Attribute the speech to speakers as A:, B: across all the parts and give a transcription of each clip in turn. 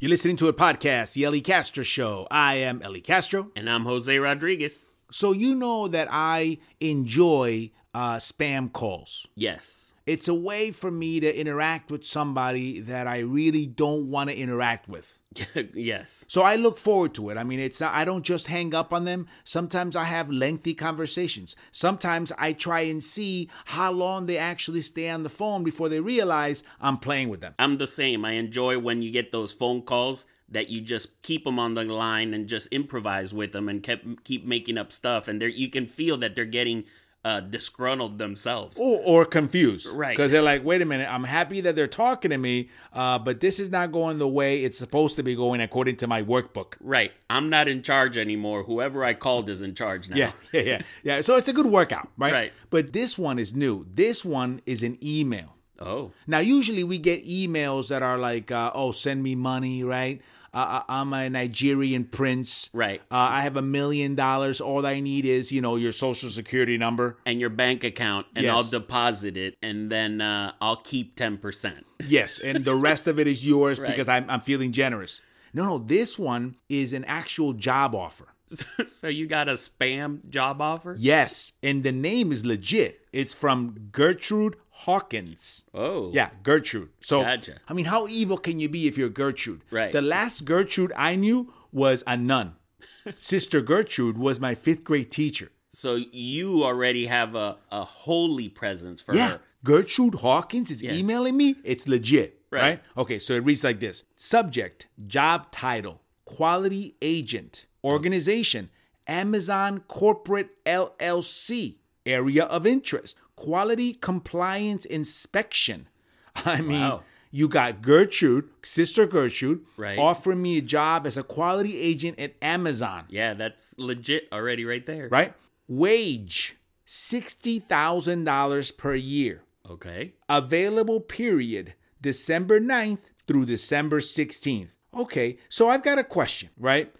A: You're listening to a podcast, The Ellie Castro Show. I am Ellie Castro.
B: And I'm Jose Rodriguez.
A: So, you know that I enjoy uh, spam calls.
B: Yes.
A: It's a way for me to interact with somebody that I really don't want to interact with.
B: yes.
A: So I look forward to it. I mean, it's not, I don't just hang up on them. Sometimes I have lengthy conversations. Sometimes I try and see how long they actually stay on the phone before they realize I'm playing with them.
B: I'm the same. I enjoy when you get those phone calls that you just keep them on the line and just improvise with them and kept, keep making up stuff. And they're- you can feel that they're getting uh, disgruntled themselves.
A: Or, or confused,
B: Right.
A: Because they're like, "Wait a minute! I'm happy that they're talking to me, uh, but this is not going the way it's supposed to be going according to my workbook."
B: Right. I'm not in charge anymore. Whoever I called is in charge now.
A: Yeah, yeah, yeah, yeah. So it's a good workout, right?
B: Right.
A: But this one is new. This one is an email.
B: Oh.
A: Now, usually we get emails that are like, uh, "Oh, send me money," right? Uh, I- I'm a Nigerian prince,
B: Right.
A: Uh, I have a million dollars. All I need is, you know, your social security number.
B: And your bank account, and
A: Yes.
B: I'll deposit it, and then uh, I'll keep 10%.
A: Yes, and the rest of it is yours
B: Right.
A: because I'm, I'm feeling generous. No, no, this one is an actual job offer.
B: so you got a spam job offer?
A: Yes, and the name is legit. It's from Gertrude Hawkins.
B: Oh.
A: Yeah, Gertrude. So
B: Gotcha.
A: I mean, how evil can you be if you're Gertrude?
B: Right.
A: The last Gertrude I knew was a nun. Sister Gertrude was my fifth grade teacher.
B: So you already have a, a holy presence for
A: Yeah.
B: her.
A: Gertrude Hawkins is emailing me. It's legit. Right.
B: Right.
A: Okay, so it reads like this Subject, job title, quality agent, organization, Amazon Corporate LLC, area of interest, quality compliance inspection. I mean,
B: Wow.
A: you got Gertrude, Sister Gertrude,
B: Right.
A: offering me a job as a quality agent at Amazon
B: Yeah, that's legit already right there.
A: right? Wage $60,000 per year.
B: Okay.
A: Available period December 9th through December 16th. Okay, so I've got a question, right?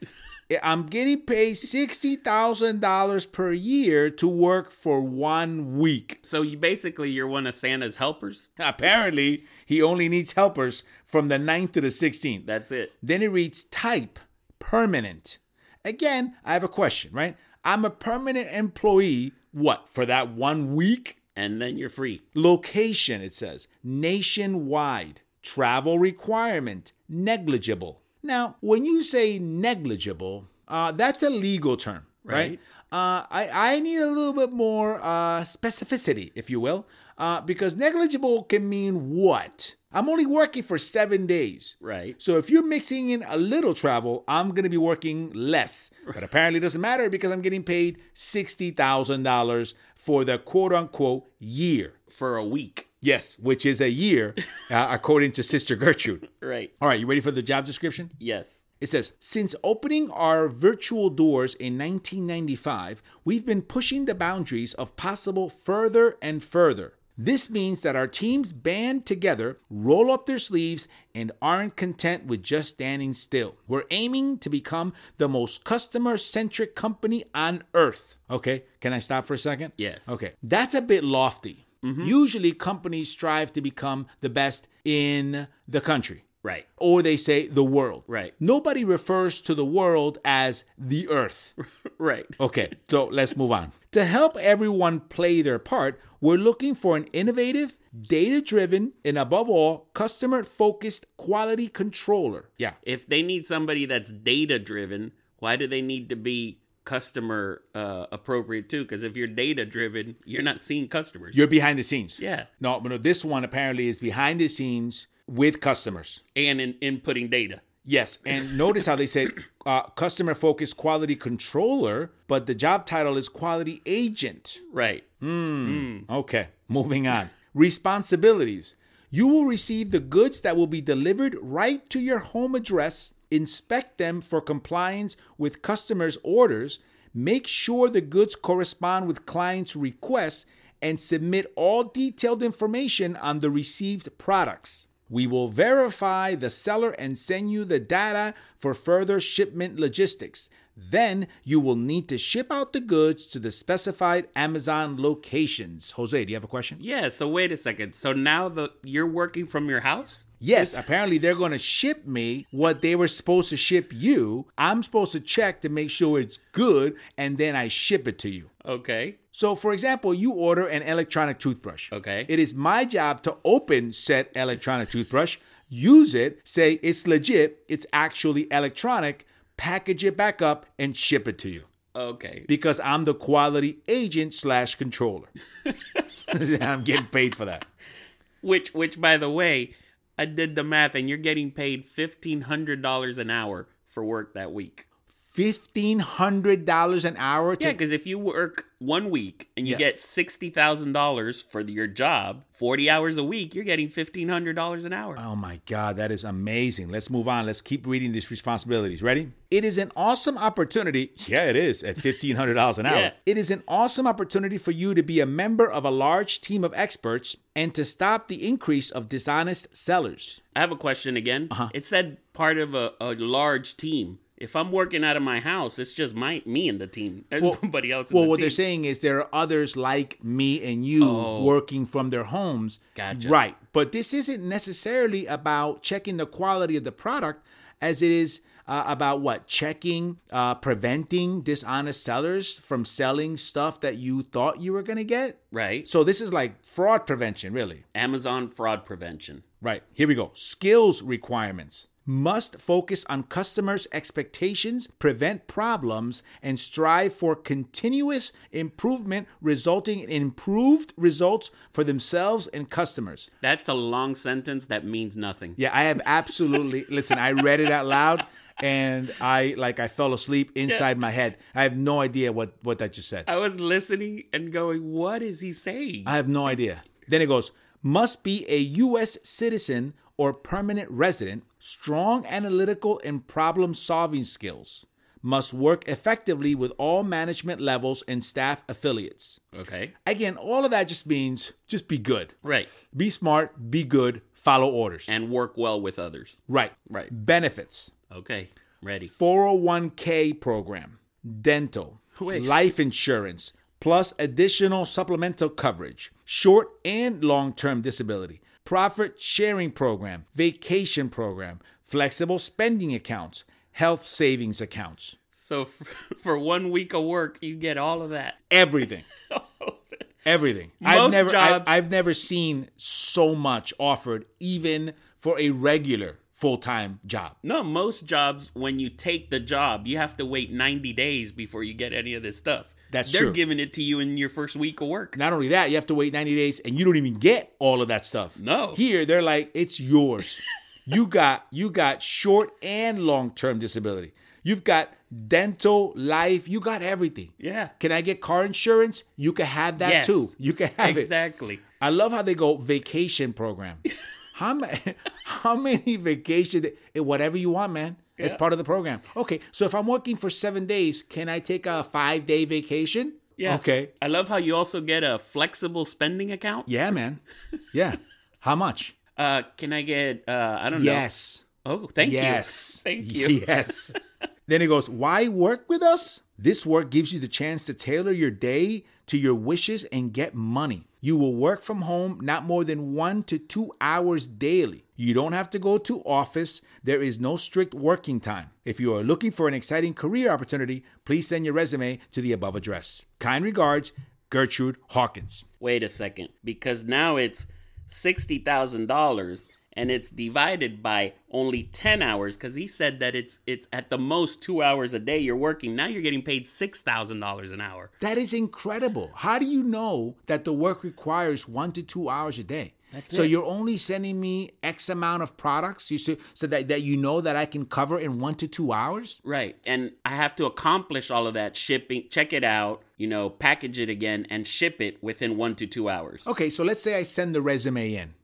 A: I'm getting paid $60,000 per year to work for one week.
B: So you basically you're one of Santa's helpers.
A: Apparently, he only needs helpers from the 9th to the 16th.
B: That's it.
A: Then it reads type permanent. Again, I have a question, right? I'm a permanent employee, what, for that one week?
B: And then you're free.
A: Location, it says nationwide. Travel requirement negligible. Now, when you say negligible, uh, that's a legal term, right?
B: Right.
A: Uh, I, I need a little bit more uh, specificity, if you will, uh, because negligible can mean what? I'm only working for seven days.
B: Right.
A: So if you're mixing in a little travel, I'm going to be working less. But apparently it doesn't matter because I'm getting paid $60,000 for the quote unquote year.
B: For a week.
A: Yes, which is a year uh, according to Sister Gertrude.
B: Right.
A: All right, you ready for the job description?
B: Yes.
A: It says, since opening our virtual doors in 1995, we've been pushing the boundaries of possible further and further. This means that our teams band together, roll up their sleeves, and aren't content with just standing still. We're aiming to become the most customer centric company on earth. Okay, can I stop for a second?
B: Yes. Mm-hmm.
A: Okay, that's a bit lofty. Usually, companies strive to become the best in the country
B: Right.
A: or they say the world.
B: Right.
A: Nobody refers to the world as the earth.
B: Right.
A: Okay, so let's move on. To help everyone play their part, we're looking for an innovative, data driven, and above all, customer focused quality controller. Yeah.
B: If they need somebody that's data driven, why do they need to be customer uh, appropriate too? Because if you're data driven, you're not seeing customers.
A: You're behind the scenes.
B: yeah.
A: No, but no, this one apparently is behind the scenes with customers.
B: And in inputting data.
A: Yes, and notice how they said uh, customer focused quality controller, but the job title is quality agent.
B: Right.
A: Hmm? Okay, moving on. Responsibilities. You will receive the goods that will be delivered right to your home address, inspect them for compliance with customers' orders, make sure the goods correspond with clients' requests, and submit all detailed information on the received products. We will verify the seller and send you the data for further shipment logistics. Then you will need to ship out the goods to the specified Amazon locations. Jose, do you have a question?
B: Yeah, so wait a second. So now the you're working from your house?
A: Yes, apparently they're going to ship me what they were supposed to ship you. I'm supposed to check to make sure it's good, and then I ship it to you.
B: Okay.
A: So, for example, you order an electronic toothbrush.
B: Okay.
A: It is my job to open said electronic toothbrush, use it, say it's legit, it's actually electronic, package it back up, and ship it to you
B: Okay.
A: because I'm the quality agent slash controller. and I'm getting paid for that.
B: Which, which, by the way, I did the math, and you're getting paid fifteen hundred dollars an hour for work that week.
A: $1,500 an hour to
B: Yeah, because if you work one week and you
A: Yeah.
B: get sixty thousand dollars for your job, forty hours a week, you're getting fifteen hundred dollars an hour.
A: Oh my God, that is amazing. Let's move on. Let's keep reading these responsibilities. Ready? It is an awesome opportunity. Yeah, it is at $1,500 an hour.
B: Yeah.
A: It is an awesome opportunity for you to be a member of a large team of experts and to stop the increase of dishonest sellers.
B: I have a question again.
A: Uh-huh.
B: It said part of a, a large team. If I'm working out of my house, it's just my me and the team. There's nobody else. In
A: Well,
B: the
A: what
B: team.
A: they're saying is there are others like me and you working from their homes.
B: Oh. Gotcha.
A: Right. But this isn't necessarily about checking the quality of the product as it is uh, about what? Checking, uh, preventing dishonest sellers from selling stuff that you thought you were going to get.
B: right?
A: So this is like fraud prevention, really.
B: Amazon fraud prevention.
A: Right, here we go. Skills requirements must focus on customers' expectations, prevent problems, and strive for continuous improvement, resulting in improved results for themselves and customers.
B: That's a long sentence that means nothing.
A: Yeah, I have absolutely, listen, I read it out loud. And I like I fell asleep inside my head. I have no idea what what that just said.
B: I was listening and going, "What is he saying?"
A: I have no idea. Then it goes, must be a U.S. citizen or permanent resident, strong analytical and problem solving skills, must work effectively with all management levels and staff affiliates.
B: okay,
A: Again, all of that just means just be good,
B: right,
A: be smart, be good, follow orders.
B: and work well with others.
A: Right.
B: Right.
A: Benefits
B: Okay, ready.
A: 401k program, dental,
B: Wait.
A: life insurance, plus additional supplemental coverage, short and long term disability, profit sharing program, vacation program, flexible spending accounts, health savings accounts,
B: So f- for one week of work, you get all of that.
A: everything. Everything. I've
B: Oh, Most
A: never
B: jobs-
A: I, have never seen so much offered even for a regular full-time job.
B: No, most jobs when you take the job, you have to wait 90 days before you get any of this stuff.
A: That's
B: They're
A: true.
B: giving it to you in your first week of work.
A: Not only that, you have to wait 90 days and you don't even get all of that stuff.
B: No.
A: Here they're like it's yours. you got you got short and long-term disability. You've got dental, life, you got everything.
B: Yeah.
A: Can I get car insurance? You can have that
B: Yes.
A: too. You can have it.
B: Exactly.
A: I love how they go vacation program. how ma- how many vacation eh, whatever you want, man. It's part of the program. Okay, so if I'm working for 7 days, can I take a 5-day vacation?
B: Yeah.
A: Okay.
B: I love how you also get a flexible spending account.
A: Yeah, man. Yeah. How much?
B: Uh, can I get, uh, I don't
A: Yes.
B: know. Oh, thank you.
A: Yes.
B: Thank you.
A: Yes. then he goes, Why work with us? This work gives you the chance to tailor your day to your wishes and get money. You will work from home not more than one to two hours daily. You don't have to go to office. There is no strict working time. If you are looking for an exciting career opportunity, please send your resume to the above address. Kind regards, Gertrude Hawkins.
B: Wait a second. Because now it's $60,000 and it's divided by only 10 hours because he said that it's it's at the most two hours a day you're working now you're getting paid $6000 an hour
A: That is incredible. How do you know that the work requires one to two hours a day?
B: That's
A: so
B: it.
A: you're only sending me X amount of products you so, so that, that you know that I can cover in one to two hours?
B: Right. And I have to accomplish all of that shipping, check it out, you know, package it again, and ship it within one to two hours. Mm-hmm.
A: Okay, so let's say I send the resume in.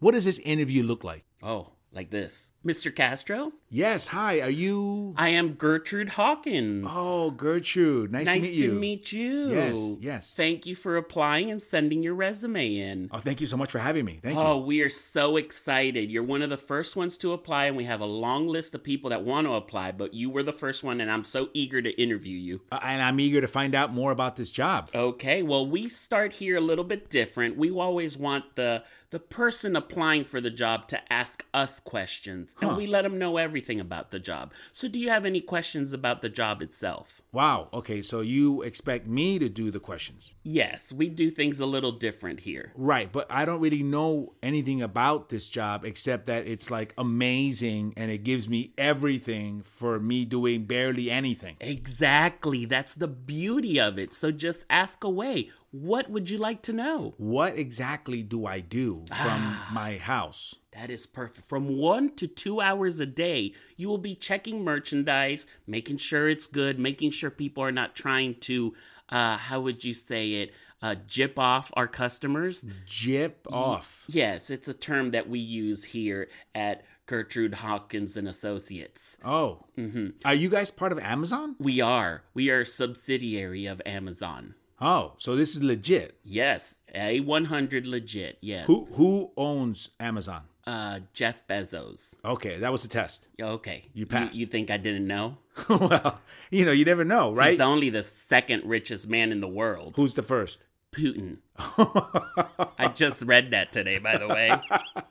A: What does this interview look like?
B: Oh, like this. Mr. Castro?
A: Yes, hi. Are you?
B: I am Gertrude Hawkins.
A: Oh, Gertrude. Nice,
B: nice
A: to meet you.
B: you.
A: Yes, yes.
B: Thank you for applying and sending your resume in.
A: Oh, thank you so much for having me. Thank you.
B: Oh, we are so excited. You're one of the first ones to apply, and we have a long list of people that want to apply, but you were the first one, and I'm so eager to interview you.
A: Uh, and I'm eager to find out more about this job.
B: Okay, well, we start here a little bit different. We always want the the person applying for the job to ask us questions, and we let them know everything about the job. So, do you have any questions about the job itself?
A: Wow. Okay, so you expect me to do the questions.
B: Yes, we do things a little different here.
A: Right, but I don't really know anything about this job except that it's like amazing and it gives me everything for me doing barely anything.
B: Exactly. That's the beauty of it. So just ask away. What would you like to know?
A: What exactly do I do from my house?
B: That is perfect. From one to two hours a day, you will be checking merchandise, making sure it's good, making sure people are not trying to, uh, how would you say it, uh, jip off our customers.
A: Mm. Jip off.
B: Yes, it's a term that we use here at Gertrude Hawkins and Associates.
A: Oh.
B: Mm-hmm.
A: Are you guys part of Amazon?
B: We are. We are a subsidiary of Amazon.
A: Oh, so this is legit.
B: Yes, A100 legit. Yes.
A: Who who owns Amazon?
B: Uh, Jeff Bezos.
A: Okay, that was a test.
B: Okay. You
A: passed.
B: You, think I didn't know?
A: well, you know, you never know, right?
B: He's only the second richest man in the world.
A: Who's the first?
B: Putin. I just read that today, by the way.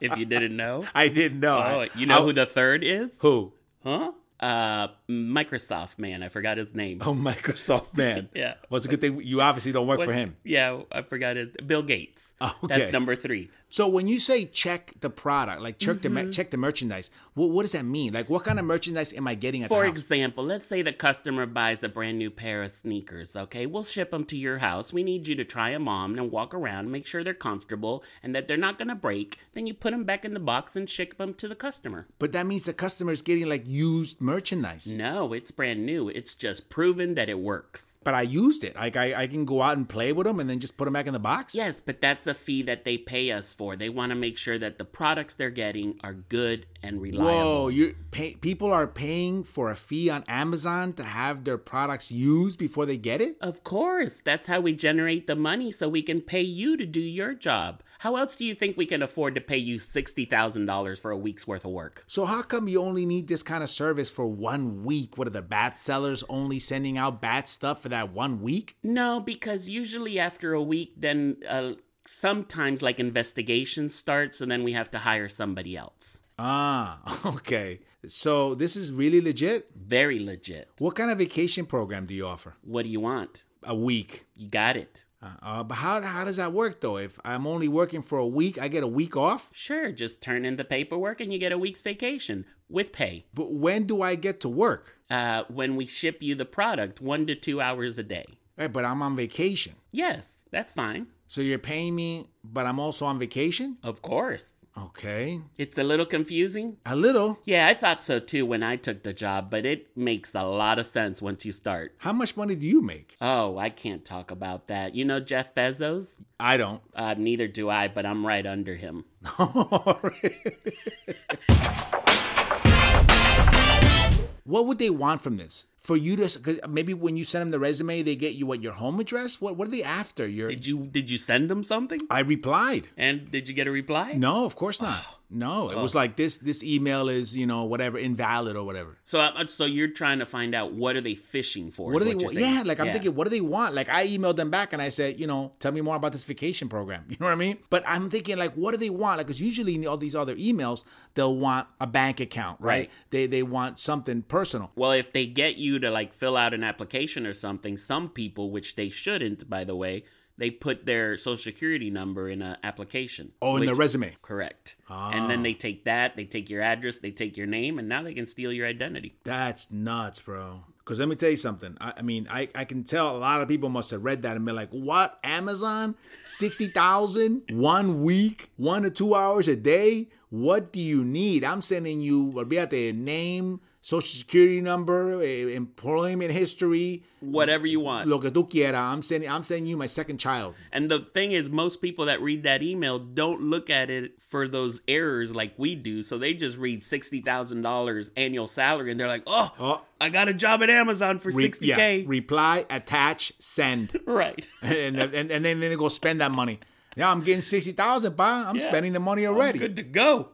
B: if you didn't know.
A: I didn't know.
B: Oh,
A: I-
B: you know who the third is?
A: who?
B: Huh? Uh, Microsoft man. I forgot his name.
A: Oh, Microsoft man.
B: Yeah.
A: Well, it's a good thing you obviously don't work for
B: What-
A: him. Oh,
B: Yeah, I forgot his. Bill Gates.
A: Okay.
B: That's number three.
A: So when you say check the product, like check the
B: Mm-hmm.
A: mer- check the merchandise, what, what does that mean? Like, what kind of merchandise am I getting at
B: For
A: the house?
B: example, let's say the customer buys a brand new pair of sneakers, okay? We'll ship them to your house. We need you to try them on and walk around, make sure they're comfortable and that they're not going to break. Then you put them back in the box and ship them to the customer.
A: but that means the customer is getting like used merchandise.
B: No, it's brand new. It's just proven that it works.
A: But I used it. Like I, I can go out and play with them and then just put them back in the box.
B: Yes, but that's a fee that they pay us for. They want to make sure that the products they're getting are good and reliable.
A: Whoa, you pay, people are paying for a fee on Amazon to have their products used before they get it?
B: Of course, that's how we generate the money so we can pay you to do your job. How else do you think we can afford to pay you $60,000 for a week's worth of work?
A: So how come you only need this kind of service for one week? What are the bat sellers only sending out bat stuff for that one week?
B: No, because usually after a week, then uh, sometimes like investigations start, so then we have to hire somebody else.
A: Ah, okay. So this is really legit?
B: Very legit.
A: What kind of vacation program do you offer?
B: What do you want?
A: A week.
B: You got it.
A: Uh, uh, but how, how does that work though? If I'm only working for a week, I get a week off?
B: Sure, just turn in the paperwork and you get a week's vacation with pay.
A: But when do I get to work?
B: Uh, when we ship you the product, one to two hours a day.
A: Right, but I'm on vacation.
B: Yes, that's fine.
A: So you're paying me, but I'm also on vacation?
B: Of course.
A: Okay.
B: It's a little confusing.
A: A little.
B: Yeah, I thought so too when I took the job, but it makes a lot of sense once you start.
A: How much money do you make?
B: Oh, I can't talk about that. You know Jeff Bezos?
A: I don't.
B: Uh, neither do I, but I'm right under him.
A: what would they want from this? For you to 'cause maybe when you send them the resume, they get you what your home address. What what are they after? Your
B: Did you did you send him something?
A: I replied.
B: And did you get a reply?
A: No, of course not. No, it was like this. This email is you know whatever invalid or whatever.
B: So uh, so you're trying to find out what are they fishing for?
A: What do
B: is
A: they?
B: you're
A: want?
B: saying.
A: Yeah, like I'm thinking, what do they want? Like I emailed them back and I said, you know, tell me more about this vacation program. You know what I mean? But I'm thinking, like, what do they want? Like, because usually in all these other emails, they'll want a bank account, right?
B: Right.
A: They they want something personal.
B: Well, if they get you to like fill out an application or something, some people, which they shouldn't, by the way, they put their social security number in an application.
A: Oh, Ah. in
B: which-
A: the resume.
B: Correct. And then they take that, they take your address, they take your name, and now they can steal your identity.
A: That's nuts, bro. Because let me tell you something. I, I mean, I, I can tell a lot of people must have read that and been like, what? Amazon? 60,000? One week? One to two hours a day? What do you need? I'm sending you, olvídate, name, social security number, eh, employment history,
B: whatever you want.
A: lo que tú quiera. I'm sending I'm sending you my second child.
B: And the thing is, most people that read that email don't look at it for those errors like we do. So they just read sixty thousand dollars annual salary, and they're like, "Oh,
A: Oh.
B: I got a job at Amazon for
A: Re-
B: sixty
A: yeah,
B: k."
A: reply, attach, send,
B: Right.
A: and, and and then they go spend that money. Yeah, I'm getting sixty thousand, pa. I'm
B: Yeah. Oh,
A: spending the money already.
B: Good to go.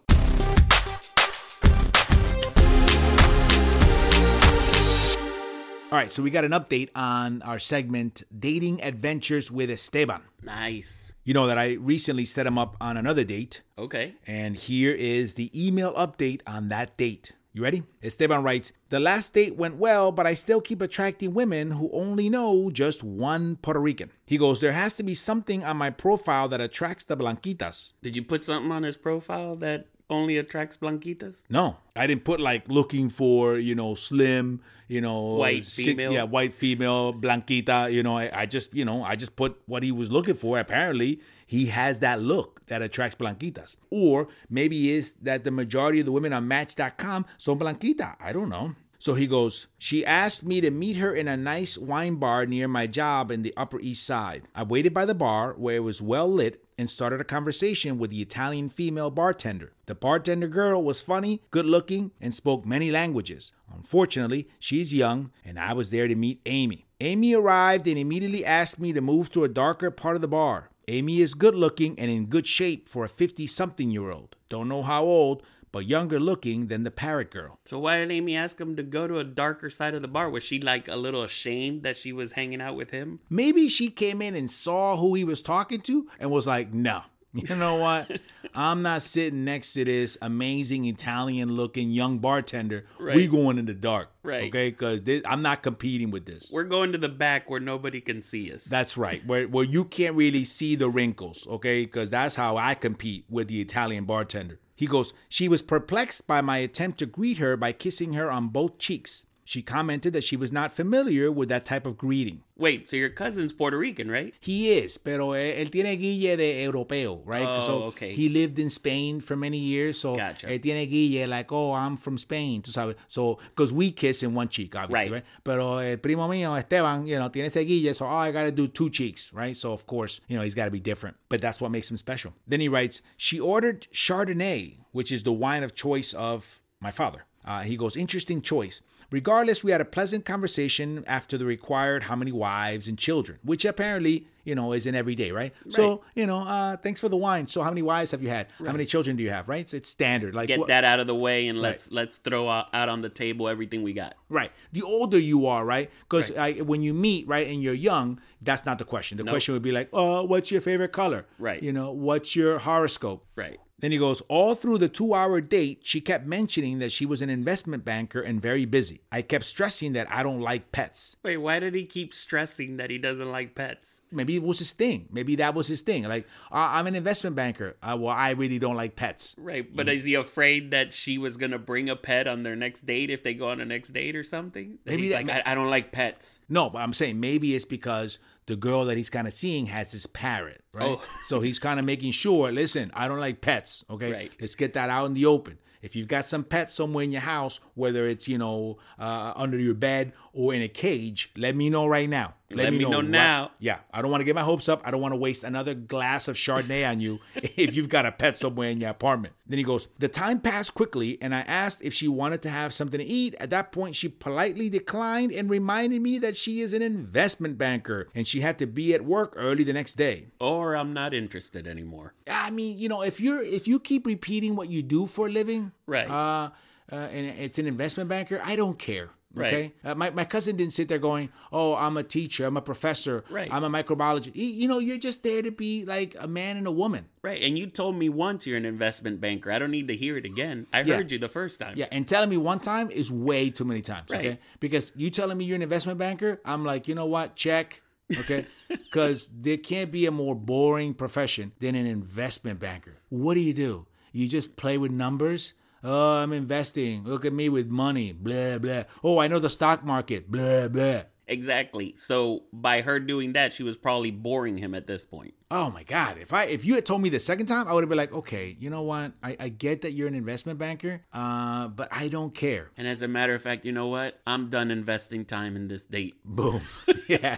A: All right, so we got an update on our segment Dating Adventures with Esteban.
B: Nice.
A: You know that I recently set him up on another date,
B: Okay.
A: and here is the email update on that date. You ready? Esteban writes The last date went well, but I still keep attracting women who only know just one Puerto Rican. He goes, There has to be something on my profile that attracts the Blanquitas.
B: Did you put something on his profile that only attracts blanquitas?
A: No, I didn't put like looking for you know slim, you know
B: White female.
A: yeah, white female blanquita. You know, I, I just you know I just put what he was looking for. Apparently, he has that look that attracts blanquitas, or maybe is that the majority of the women on Match.com son blanquita. I don't know. So he goes, She asked me to meet her in a nice wine bar near my job in the Upper East Side. I waited by the bar where it was well lit and started a conversation with the Italian female bartender. The bartender girl was funny, good looking, and spoke many languages. Unfortunately, she's young, and I was there to meet Amy. Amy arrived and immediately asked me to move to a darker part of the bar. Amy is good looking and in good shape for a 50 something year old. Don't know how old, but younger looking than the parrot girl.
B: So why did Amy ask him to go to a darker side of the bar? Was she like a little ashamed that she was hanging out with him?
A: Maybe she came in and saw who he was talking to and was like, no, you know what? I'm not sitting next to this amazing Italian looking young bartender. We
B: Right.
A: going in the dark.
B: Right.
A: Okay. Because I'm not competing with this.
B: We're going to the back where nobody can see us.
A: That's right. Where, where you can't really see the wrinkles, okay? Because that's how I compete with the Italian bartender. He goes, She was perplexed by my attempt to greet her by kissing her on both cheeks. She commented that she was not familiar with that type of greeting.
B: Wait, so your cousin's Puerto Rican, right?
A: He is, pero eh, él tiene guille de europeo, right?
B: Oh,
A: so
B: okay.
A: he lived in Spain for many years, so
B: Gotcha.
A: él tiene guille like, oh, I'm from Spain, tú sabes. So, because we kiss in one cheek, obviously, right.
B: Right.
A: Pero el primo mío, Esteban, you know, tiene ese guille, so oh, I gotta do two cheeks, right? So, of course, you know, he's gotta be different, but that's what makes him special. Then he writes, she ordered Chardonnay, which is the wine of choice of my father. Uh, he goes, interesting choice. Regardless, we had a pleasant conversation after the required how many wives and children, which apparently, you know, isn't every day, right? So, you know, uh, thanks for the wine. So, how many wives have you had? How many children do you have, right? So it's standard. Like,
B: Get
A: what-
B: that out of the way and let's let's throw out, out on the table everything we got.
A: right. The older you are, right? Because when you meet, right, and you're young, that's not the question. The question would be like, oh, what's your favorite color?
B: Right.
A: You know, what's your horoscope?
B: Right.
A: Then he goes, All through the two hour date, she kept mentioning that she was an investment banker and very busy. I kept stressing that I don't like pets.
B: Wait, why did he keep stressing that he doesn't like pets?
A: Maybe it was his thing. Maybe that was his thing. Like, I- I'm an investment banker. Uh, well, I really don't like pets.
B: Right, but is he afraid that she was gonna bring a pet on their next date if they go on a next date or something? That
A: Maybe
B: he's
A: that-
B: like I, I don't like pets.
A: No, but I'm saying maybe it's because the girl that he's kind of seeing has this parrot, right?
B: Oh.
A: so he's kind of making sure, listen, I don't like pets, okay?
B: Right.
A: Let's get that out in the open. If you've got some pets somewhere in your house, whether it's, you know, uh, under your bed or in a cage, let me know right now.
B: Let me know
A: right-
B: now.
A: yeah, I don't want to get my hopes up. I don't want to waste another glass of Chardonnay on you if you've got a pet somewhere in your apartment. Then he goes, The time passed quickly, and I asked if she wanted to have something to eat. At that point, she politely declined and reminded me that she is an investment banker and she had to be at work early the next day.
B: Or I'm not interested anymore.
A: I mean, you know, if you're if you keep repeating what you do for a living,
B: Right.
A: Uh, uh, and it's an investment banker. I don't care.
B: Right.
A: Okay. Uh, my my cousin didn't sit there going, "Oh, I'm a teacher. I'm a professor.
B: Right.
A: I'm a microbiologist." You, you know, you're just there to be like a man and a woman.
B: Right, and you told me once you're an investment banker. I don't need to hear it again. I heard you the first time.
A: Yeah. And telling me one time is way too many times. Okay.
B: Right.
A: Because you telling me you're an investment banker, I'm like, you know what? Check. Okay. Because there can't be a more boring profession than an investment banker. What do you do? You just play with numbers? Oh, I'm investing. Look at me with money. Blah, blah. Oh, I know the stock market. Blah, blah.
B: Exactly. So by her doing that, she was probably boring him at this point.
A: Oh my God! If I if you had told me the second time, I would have been like, okay, you know what? I, I get that you're an investment banker, uh, but I don't care.
B: And as a matter of fact, you know what? I'm done investing time in this date.
A: Boom. yeah.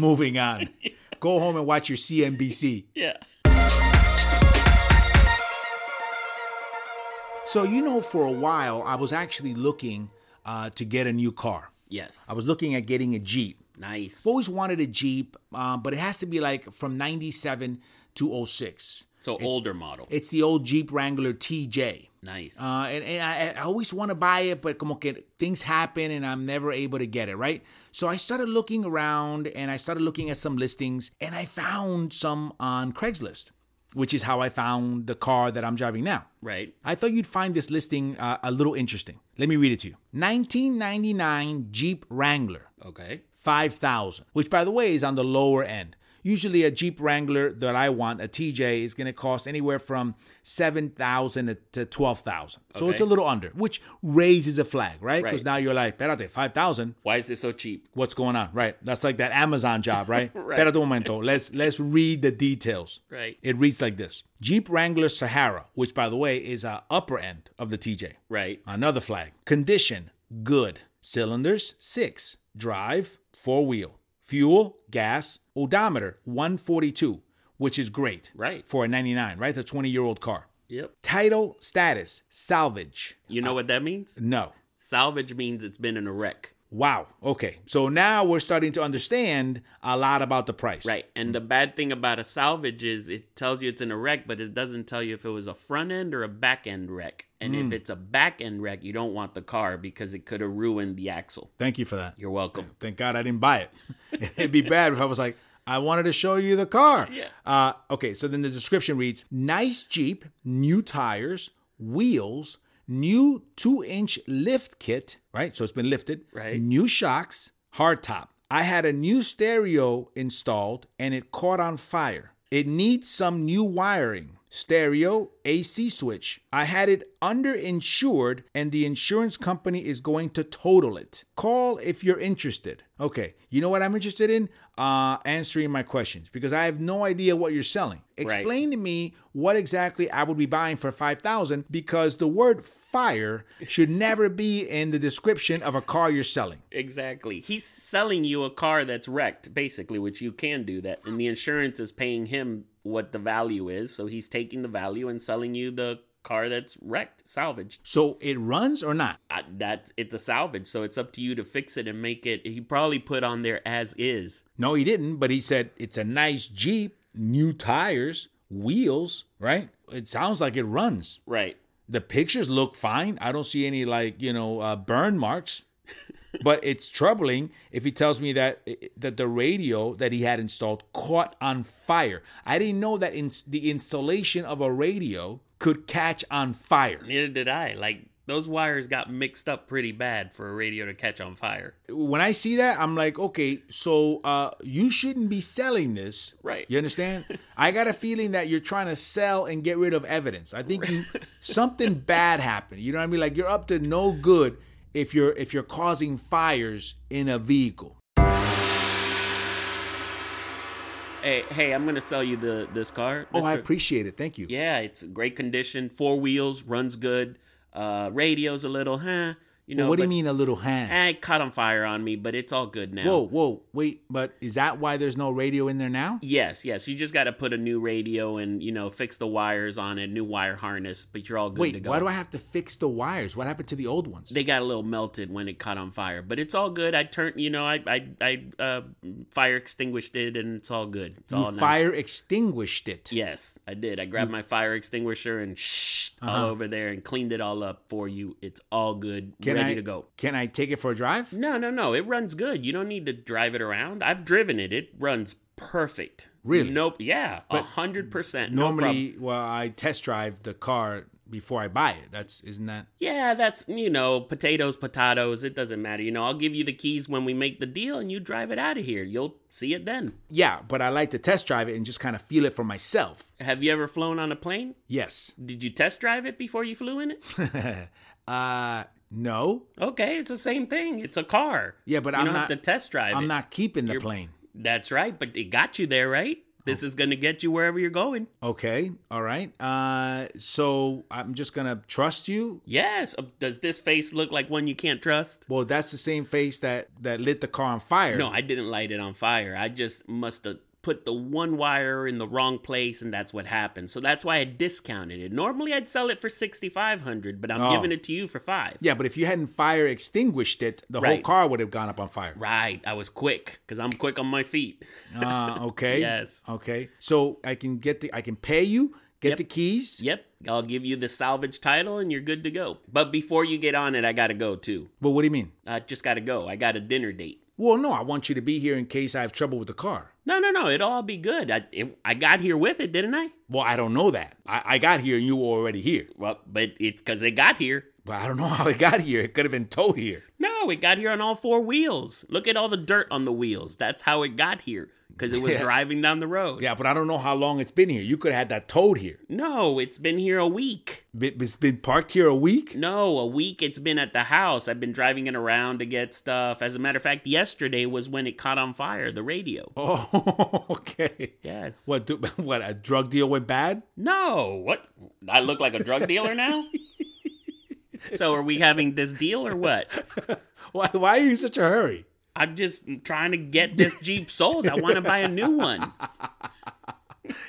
A: Moving on. Go home and watch your CNBC.
B: Yeah.
A: So you know, for a while, I was actually looking uh, to get a new car.
B: Yes.
A: I was looking at getting a Jeep.
B: Nice.
A: I've always wanted a Jeep, um, but it has to be like from 97 to 06.
B: So older model.
A: It's the old Jeep Wrangler TJ.
B: Nice.
A: Uh, and and I, I always want to buy it, but como que things happen and I'm never able to get it, right? So I started looking around and I started looking at some listings and I found some on Craigslist, which is how I found the car that I'm driving now.
B: right.
A: I thought you'd find this listing uh, a little interesting. Let me read it to you 1999 Jeep Wrangler.
B: Okay.
A: 5,000, which by the way is on the lower end. Usually a Jeep Wrangler that I want, a TJ, is going to cost anywhere from 7,000 to 12,000. So it's
B: Okay.
A: a little under, which raises a flag, right? Because
B: Right.
A: now you're like, espérate, 5,000,
B: Why is it so cheap?
A: what's going on, right? That's like that Amazon job, right?
B: Right.
A: Espérate un momento. Let's, let's read the details.
B: Right.
A: It reads like this. Jeep Wrangler Sahara, which by the way is a upper end of the TJ.
B: Right.
A: Another flag. Condition good. Cylinders six. Drive four wheel. Fuel gas. Odometer 142, which is great.
B: Right.
A: For a 99, right? The 20 year old car.
B: Yep.
A: Title status salvage.
B: You know what that means?
A: No.
B: Salvage means it's been in a wreck.
A: Wow. Okay. So now we're starting to understand a lot about the price.
B: Right. And the bad thing about a salvage is it tells you it's in a wreck, but it doesn't tell you if it was a front end or a back end wreck. And if it's a back end wreck, you don't want the car because it could have ruined the axle.
A: Thank you for that.
B: You're welcome.
A: Thank God I didn't buy it. It'd be bad if I was like, I wanted to show you the car.
B: Yeah.
A: Uh, okay, so then the description reads Nice Jeep, new tires, wheels, new two inch lift kit, right? So it's been lifted.
B: Right.
A: New shocks, hard top. I had a new stereo installed and it caught on fire. It needs some new wiring, stereo, AC switch. I had it underinsured and the insurance company is going to total it. Call if you're interested. Okay, you know what I'm interested in? Uh, answering my questions because I have no idea what you're selling. Explain to me what exactly I would be buying for 5000 because the word fire should never be in the description of a car you're selling.
B: Exactly. He's selling you a car that's wrecked, basically, which you can do that. And the insurance is paying him what the value is. So he's taking the value and selling you the car that's wrecked, salvaged.
A: So it runs or not?
B: I, that it's a salvage, so it's up to you to fix it and make it. He probably put on there as is.
A: No, he didn't, but he said it's a nice Jeep, new tires, wheels, right? It sounds like it runs.
B: Right.
A: The pictures look fine. I don't see any, like, you know, uh, burn marks. but it's troubling if he tells me that eh, that the radio that he had installed caught on fire. I didn't know that in, the installation of a radio could catch on fire.
B: Neither did I. Like those wires got mixed up pretty bad for a radio to catch on fire.
A: when I see that, I'm like, okay, so uh, you shouldn't be selling this.
B: Right.
A: You understand? I got a feeling that you're trying to sell and get rid of evidence. I think you, something bad happened. You know what I mean? Like you're up to no good if you're if you're causing fires in a vehicle.
B: Hey, hey, I'm gonna sell you the this car.
A: Oh,
B: This
A: I
B: car-
A: appreciate it. Thank you.
B: Yeah, it's in great condition. Four wheels, runs good. Uh, radio's a little, huh? You know
A: what do
B: but-
A: you mean a little hand?
B: Eh, it caught on fire on me, but it's all good now.
A: Whoa, whoa, wait! But is that why there's no radio in there now?
B: Yes, yes. You just got to put a new radio and you know fix the wires on it, new wire harness, but you're all good to
A: Wait,
B: go.
A: why do I have to fix the wires? What happened to the old ones?
B: They got a little melted when it caught on fire, but it's all good. I turned, you know, I I I uh, fire extinguished it, and it's all good. It's all
A: You
B: nice.
A: fire extinguished it.
B: Yes, I did. I grabbed my fire extinguisher and shh
A: Uh-huh.
B: all over there and cleaned it all up for you. It's all good,
A: Can
B: ready
A: I
B: to go.
A: Can I take it for a drive?
B: No, no, no. It runs good. You don't need to drive it around. I've driven it. It runs perfect.
A: Really?
B: Nope. Yeah. A hundred percent. No problem.
A: normally well i test drive the car before i buy it that's isn't that
B: Yeah, that's you know, potatoes, potatoes. It doesn't matter. You know, I'll give you the keys when we make the deal, and you drive it out of here. You'll see it then.
A: yeah but i like to test drive it and just kind of feel it for myself
B: Have you ever flown on a plane?
A: yes
B: Did you test drive it before you flew in it?
A: uh No.
B: Okay, it's the same thing. It's a car.
A: Yeah, but
B: you
A: I'm
B: don't
A: not-
B: have to test drive
A: I'm
B: it.
A: not keeping the
B: You're-
A: plane.
B: That's right, but it got you there, right? This is going to get you wherever you're going.
A: Okay. All right. Uh, so I'm just going to trust you.
B: Yes. Uh, Does this face look like one you can't trust?
A: Well, that's the same face that, that lit the car on fire.
B: No, I didn't light it on fire. I just must have put the one wire in the wrong place, and that's what happened. So that's why I discounted it. Normally, I'd sell it for sixty five hundred, but I'm
A: Oh.
B: giving it to you for five.
A: Yeah, but if you hadn't fire extinguished it, the whole
B: Right.
A: car would have gone up on fire.
B: Right. I was quick because I'm quick on my feet.
A: Uh, okay.
B: Yes.
A: Okay. So I can get the I can pay you, get
B: Yep.
A: the keys.
B: Yep. I'll give you the salvage title, and you're good to go. But before you get on it, I gotta go too.
A: But what do you mean?
B: I just gotta go. I got a dinner date.
A: Well, no, I want you to be here in case I have trouble with the car.
B: No, no, no. It'll all be good. I it, I got here with it, didn't I?
A: Well, I don't know that. I, I got here and you were already here.
B: Well, but it's because it got here.
A: But I don't know how it got here. It could have been towed here.
B: No, it got here on all four wheels. Look at all the dirt on the wheels. That's how it got here because it was
A: Yeah.
B: driving down the road.
A: Yeah, but I don't know how long it's been here. You could have had that towed here.
B: No, it's been here a week.
A: B- It's been parked here a week.
B: No, a week it's been at the house. I've been driving it around to get stuff. As a matter of fact, yesterday was when it caught on fire, the radio.
A: Oh, okay.
B: Yes.
A: What? Do, what? A drug deal went bad?
B: No, what? I look like a drug dealer now? so are we having this deal or what?
A: Why? Why are you in such a hurry?
B: I'm just trying to get this Jeep sold. I want to buy a new one.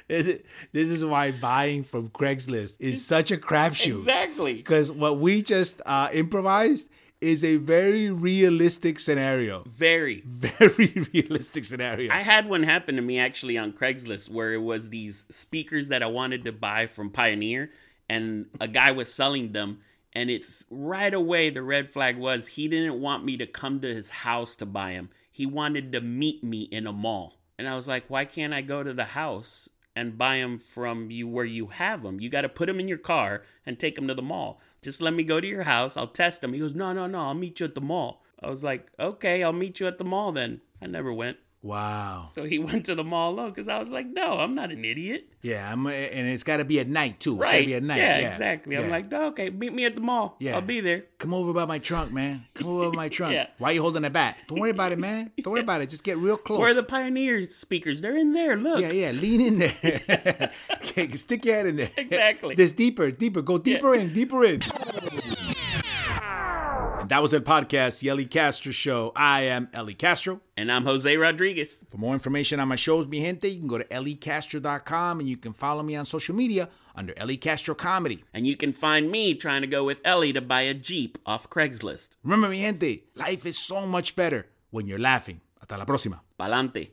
A: This is, this is why buying from Craigslist is such a crapshoot.
B: Exactly.
A: Because what we just uh, improvised is a very realistic scenario.
B: Very.
A: Very realistic scenario.
B: I had one happen to me actually on Craigslist where it was these speakers that I wanted to buy from Pioneer and a guy was selling them and it right away the red flag was he didn't want me to come to his house to buy him. He wanted to meet me in a mall. And I was like, "Why can't I go to the house and buy them from you where you have them? You got to put them in your car and take them to the mall. Just let me go to your house. I'll test them." He goes, "No, no, no. I'll meet you at the mall." I was like, "Okay, I'll meet you at the mall then." I never went.
A: wow.
B: So he went to the mall alone because I was like, no, I'm not an idiot.
A: Yeah, I'm, and it's got to be at night too. It's gotta
B: Right.
A: be at night.
B: yeah, exactly. I'm
A: yeah.
B: like, no, okay, meet me at the mall.
A: Yeah.
B: I'll be there.
A: Come over by my trunk, man. Come over by my trunk.
B: Yeah.
A: Why you holding a bat? Don't worry about it, man. Don't worry about it. Just get real close.
B: Where are the Pioneer speakers? They're in there. Look.
A: yeah, yeah. Lean in there. okay, stick your head in there.
B: Exactly.
A: This deeper, deeper. Go deeper in, deeper in. And that was it, podcast, The Ellie Castro Show. I am Ellie Castro.
B: And I'm Jose Rodriguez.
A: For more information on my shows, mi gente, you can go to elliecastro.com and you can follow me on social media under Ellie Castro Comedy.
B: And you can find me trying to go with Ellie to buy a Jeep off Craigslist.
A: Remember, mi gente, life is so much better when you're laughing. Hasta la próxima.
B: Palante.